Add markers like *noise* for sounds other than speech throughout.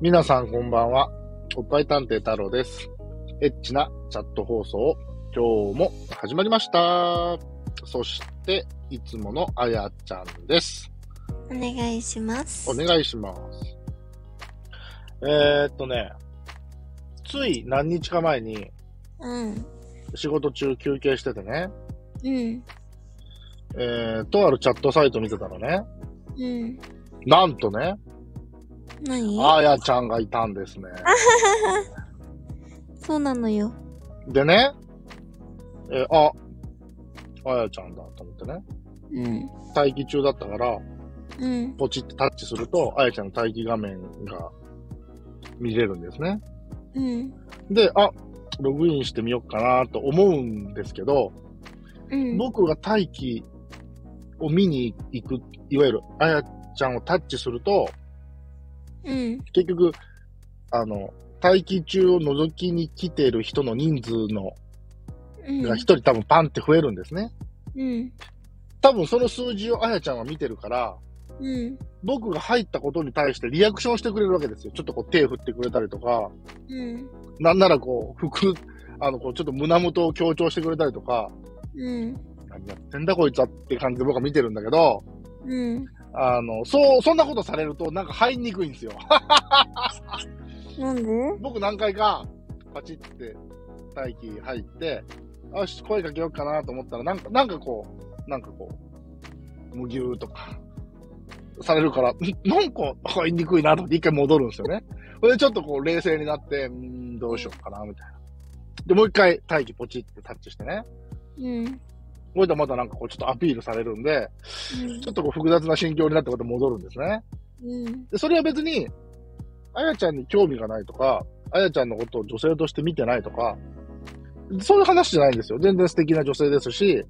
皆さんこんばんは。おっぱい探偵太郎です。エッチなチャット放送、今日も始まりました。そして、いつものあやちゃんです。お願いします。お願いします。えー、っとね、つい何日か前にうん。仕事中休憩しててね、うん。えー、とあるチャットサイト見てたらね、うん。なんとね、何あやちゃんがいたんですね。 *laughs* そうなのよ。でね、えーあ、あやちゃんだと思ってね、うん。待機中だったから、うん。ポチってタッチすると、あやちゃんの待機画面が見れるんですね。うん。で、あ、ログインしてみようかなと思うんですけど、うん。僕が待機を見に行く、いわゆるあやちゃんをタッチすると、うん。結局、あの、待機中を覗きに来てる人の人数の、うん。が一人多分パンって増えるんですね。うん。多分その数字をあやちゃんは見てるから、うん。僕が入ったことに対してリアクションしてくれるわけですよ。ちょっとこう手振ってくれたりとか、うん。なんならこう、服、あの、こう、ちょっと胸元を強調してくれたりとか、うん。何やってんだこいつはって感じで僕は見てるんだけど、うん。あの、そう、そんなことされるとなんか入りにくいんですよ。なんで僕何回か、パチって待機入って、よし、声かけようかなと思ったら、なんか、なんかこう、なんかこう、むぎゅーとか、されるから、んなんか入りにくいなと思って一回戻るんですよね。それでちょっとこう冷静になって、うーん、どうしようかな、みたいな。で、もう一回待機ポチってタッチしてね。うん。こういったらまたなんかこうちょっとアピールされるんで、ちょっとこう複雑な心境になってまた戻るんですね。うん。で、それは別に、あやちゃんに興味がないとか、あやちゃんのことを女性として見てないとか、そういう話じゃないんですよ。全然素敵な女性ですし、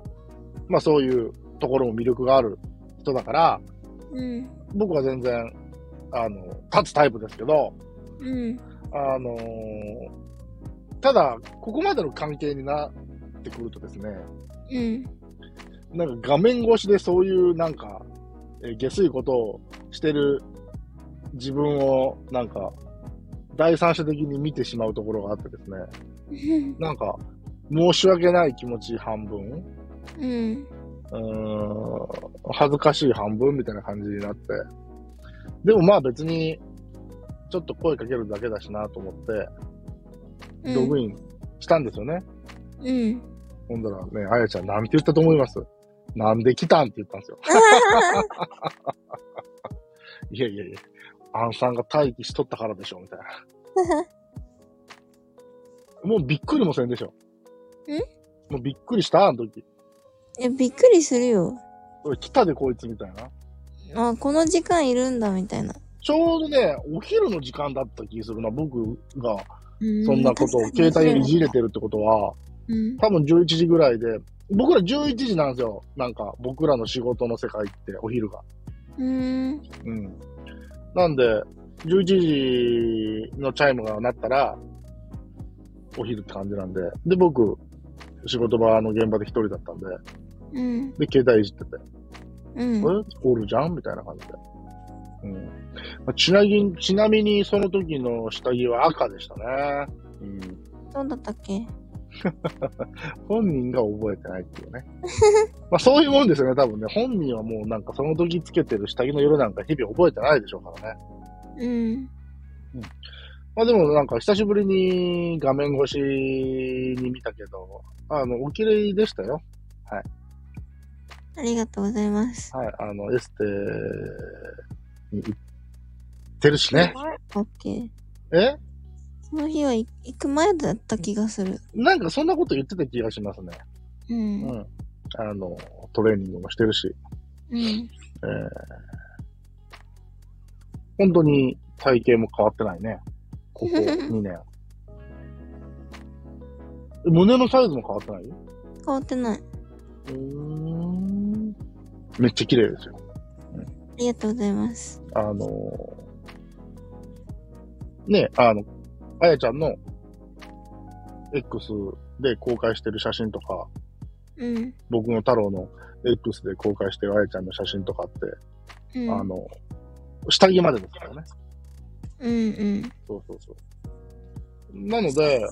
まあそういうところも魅力がある人だから、うん。僕は全然、あの、立つタイプですけど、うん。あのーただ、ここまでの関係になってくるとですね、うん。なんか画面越しでそういうなんか、えー下水ことをしてる自分をなんか、第三者的に見てしまうところがあってですね、なんか、申し訳ない気持ち半分、ううん。ーん、恥ずかしい半分みたいな感じになって、でもまあ別に、ちょっと声かけるだけだしなと思って、ログインしたんですよね。うん。 *laughs* ほんだらね、あやちゃんなんて言ったと思いますなんで来たんって言ったんですよ。いやいやいや、アンさんが待機しとったからでしょ、みたいな。もうびっくりもせんでしょ。もうびっくりした、あの時。いや、びっくりするよ。おい来たでこいつみたいな。あ、この時間いるんだ、みたいな。ちょうどね、お昼の時間だった気するな、僕が、そそんなことを携帯をいじれてるってことは、うん。多分11時ぐらいで、僕ら11時なんですよ。なんか、僕らの仕事の世界って、お昼が。うん。うん。なんで、11時のチャイムが鳴ったら、お昼って感じなんで、で、僕、仕事場の現場で一人だったんで、うん。で、携帯いじってて、うん。えおるじゃんみたいな感じで。うんまあちなみに、ちなみにその時の下着は赤でしたね。うん。どうだったっけ本人が覚えてないっていうね。 *laughs* まあそういうもんですよね、多分ね。本人はもうなんかその時つけてる下着の色なんか日々覚えてないでしょうからね。うん。まあでもなんか久しぶりに画面越しに見たけど、あの、お綺麗でしたよ。ありがとうございます。はい、あの、エステに行ってるしね。オッケー。えその日はい行く前だった気がする。なんかそんなこと言ってた気がしますね。う。うんん。あの、トレーニングもしてるし、うん。えー、本当に体型も変わってないね。こ *laughs* こ2年。胸のサイズも変わってない変わってない。うーん。めっちゃ綺麗ですよ。ありがとうございます。あのーね、あの、あやちゃんの X で公開してる写真とか、うん。僕の太郎の X で公開してるあやちゃんの写真とかって、うん。あの、下着までですからね。うんうん。そうそうそう。なので、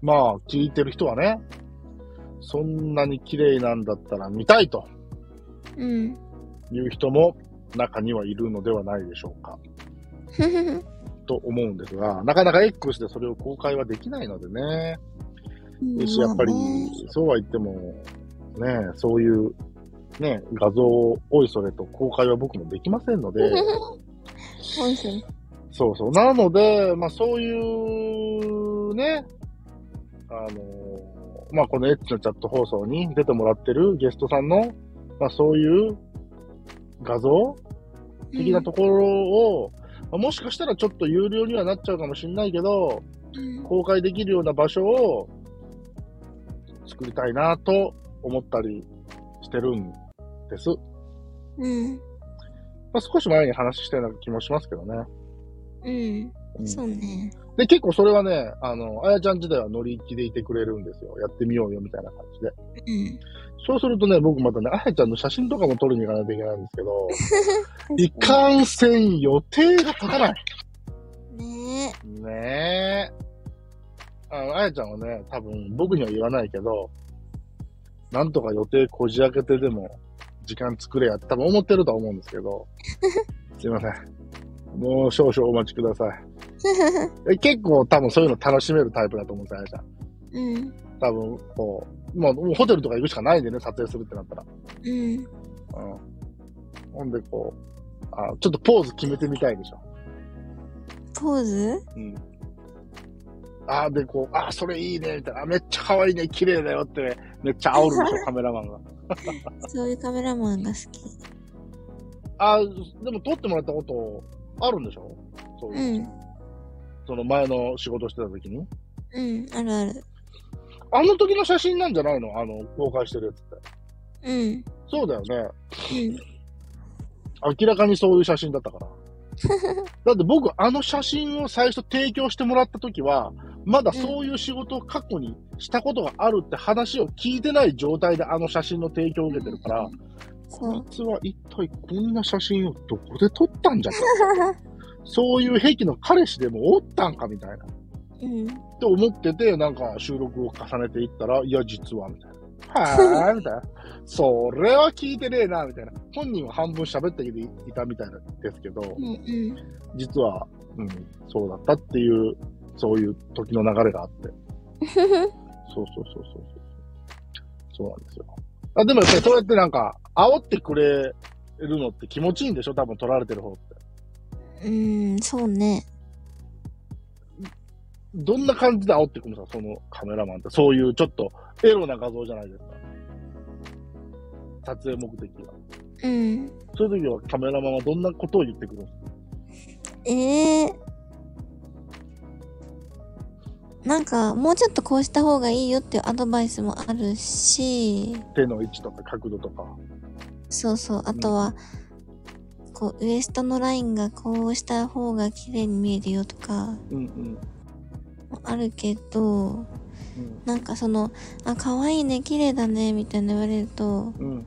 まあ、聞いてる人はね、そんなに綺麗なんだったら見たいと *laughs* うん。いう人も中にはいるのではないでしょうか、ふふふと思うんですが、なかなか X でそれを公開はできないのでね。ですし、やっぱりまあね、そうは言っても、ね、そういう、ね、画像をおいそれと公開は僕もできませんので、おいしい。そうそう。なので、まあそういう、ね、あの、まあこのエッチのチャット放送に出てもらってるゲストさんの、まあそういう画像的なところを、まあもしかしたらちょっと有料にはなっちゃうかもしれないけど、うん公開できるような場所を作りたいなと思ったりしてるんです。まうん。あ少し前に話したような気もしますけどね。うん。うんそうね。で、結構それはね、あの、あやちゃん時代は乗り気でいてくれるんですよ。やってみようよ、みたいな感じで。うん。そうするとね、僕またね、あやちゃんの写真とかも撮りに行かないといけないんですけ *laughs* ど、いかんせん予定が立たない。ねねえ。あの、あやちゃんはね、多分僕には言わないけど、なんとか予定こじ開けてでも、時間作れやって多分思ってるとは思うんですけど、すいません。もう少々お待ちください。え結構多分そういうの楽しめるタイプだと思うんですよ、あやちゃん。え。うん。多分、こう、まあ、もうホテルとか行くしかないんでね、撮影するってなったら。うん。うん。ほんで、こう、あちょっとポーズ決めてみたいでしょ。ポーズうん。あで、こう、あそれいいね、みたいな。あめっちゃ可愛いね、綺麗だよって、めっちゃ煽るでしょ、カメラマンが。そういうカメラマンが好き。あでも撮ってもらったことあるんでしょそうういう、ん。その前の仕事してた時に。うん。あるある。あの時の写真なんじゃないのあの、公開してるやつって。うん。そうだよね。うん。明らかにそういう写真だったから。だって僕、あの写真を最初提供してもらった時は、まだそういう仕事を過去にしたことがあるって話を聞いてない状態であの写真の提供を受けてるから、そこう。いつは一体こんな写真をどこで撮ったんじゃと。そういう兵器の彼氏でもおったんかみたいな。うん。って思ってて、なんか収録を重ねていったら、いや、実は、みたいな。はぁ、みたいな。それは聞いてねえな、みたいな。本人は半分喋っていたみたいなんですけど、うん。うん。実は、うん、そうだったっていう、そういう時の流れがあって。そうそうそうそうそう。そうなんですよ。あでもやっぱりそうやってなんか、煽ってくれるのって気持ちいいんでしょ多分撮られてる方って。うん。そうね。どんな感じで煽ってくるんですかそのカメラマンって。そういうちょっとエロな画像じゃないですか。撮影目的が。うん。そういう時はカメラマンはどんなことを言ってくるんですかええなんか、もうちょっとこうした方がいいよっていうアドバイスもあるし、手の位置とか角度とか。そうそう、あとは、こう、ウエストのラインがこうした方が綺麗に見えるよとか、うんうん。あるけど、うんなんかその、あ、可愛いね、綺麗だね、みたいな言われると、うん、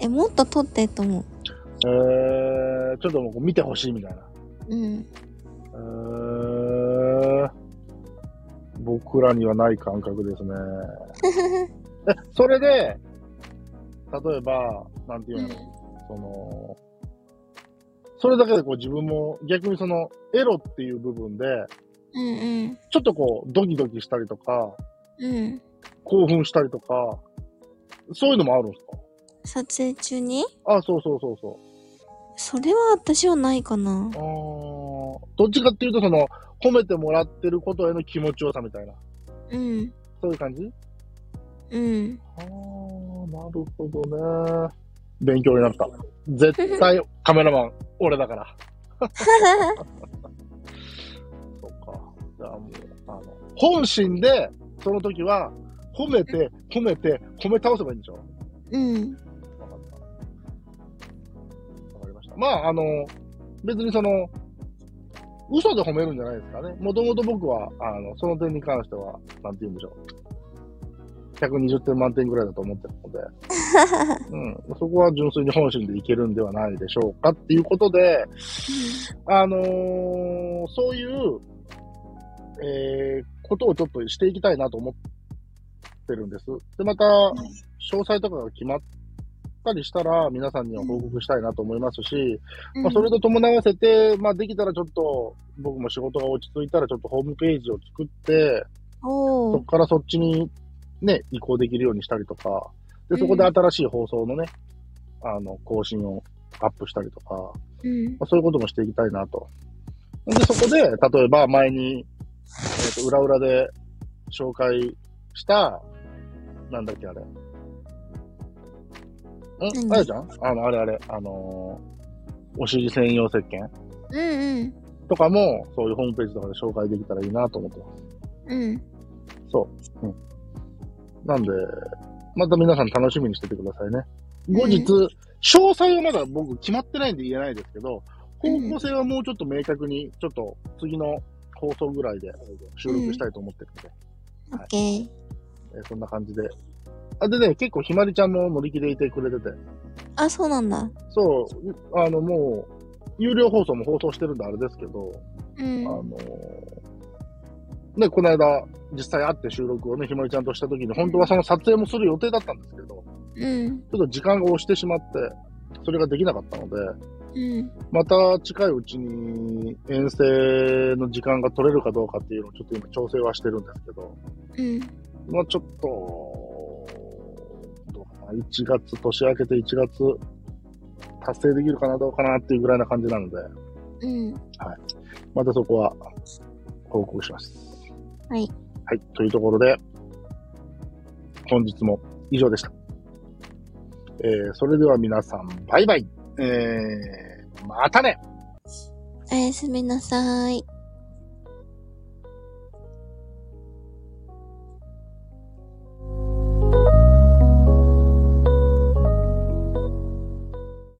え、もっと撮ってと思う。えー、ちょっともう見てほしいみたいな。うん。えー、僕らにはない感覚です *laughs* ね。え、それで、例えば、なんていうの、その、それだけでこう自分も逆にそのエロっていう部分で、うんうん。ちょっとこうドキドキしたりとか、うん。興奮したりとか、そういうのもあるんです撮影中にかあ、そうそうそうそう。それは私はないかな。あーどっちかっていうとその、褒めてもらってることへの気持ちよさみたいな。うん。そういう感じうん。ああ、なるほどね。勉強になった。絶対カメラマン、俺だから。 *laughs* そうか。じゃあもう、あの、本心で、その時は、褒めて、褒めて、褒め倒せばいいんでしょうん。わかった。わかりました。まあ、あの、別にその、嘘で褒めるんじゃないですかね。もともと僕は、あの、その点に関しては、なんて言うんでしょう。120点満点ぐらいだと思ってるので。 *laughs* うん、そこは純粋に本心でいけるんではないでしょうかっていうことで、あのーそういう、えーことをちょっとしていきたいなと思ってるんです。で、また、詳細とかが決まったりしたら、皆さんには報告したいなと思いますし、まあ、それと伴わせて、まあ、できたらちょっと、僕も仕事が落ち着いたら、ちょっとホームページを作って、おそこお。からそっちにね、移行できるようにしたりとか、で、そこで新しい放送のね、あの、更新をアップしたりとか、うん。まあそういうこともしていきたいなと。で、そこで、例えば前に、えっ、と、裏裏で紹介した、なんだっけあれ。ん何あやちゃんあの、あれあれ、あのーお尻専用石鹸うんとかも、そういうホームページとかで紹介できたらいいなと思ってます。うん。うん。そう。うん。なんで、また皆さん楽しみにしててくださいね。後日、詳細はまだ僕決まってないんで言えないですけど、方向性はもうちょっと明確に、ちょっと次の放送ぐらいで収録したいと思ってるんで、オッケえー。ーそんな感じで。あ、でね、結構ひまりちゃんも乗り気でいてくれてて、あ、そうなんだ。そう、あのもう、有料放送も放送してるんであれですけど、うん。あうのーね、この間、実際会って収録をね、ひまりちゃんとした時に、本当はその撮影もする予定だったんですけど、ちょん。っと時間が押してしまって、それができなかったので、うん。また近いうちに遠征の時間が取れるかどうかっていうのをちょっと今調整はしてるんですけど、うん。まあちょっと、どうかな、1月、年明けて1月、達成できるかなどうかなっていうぐらいな感じなので、うん。またそこは報告します。はい。はい。というところで、本日も以上でした。えー、それでは皆さん、バイバイ。えー、またねおやすみなさい。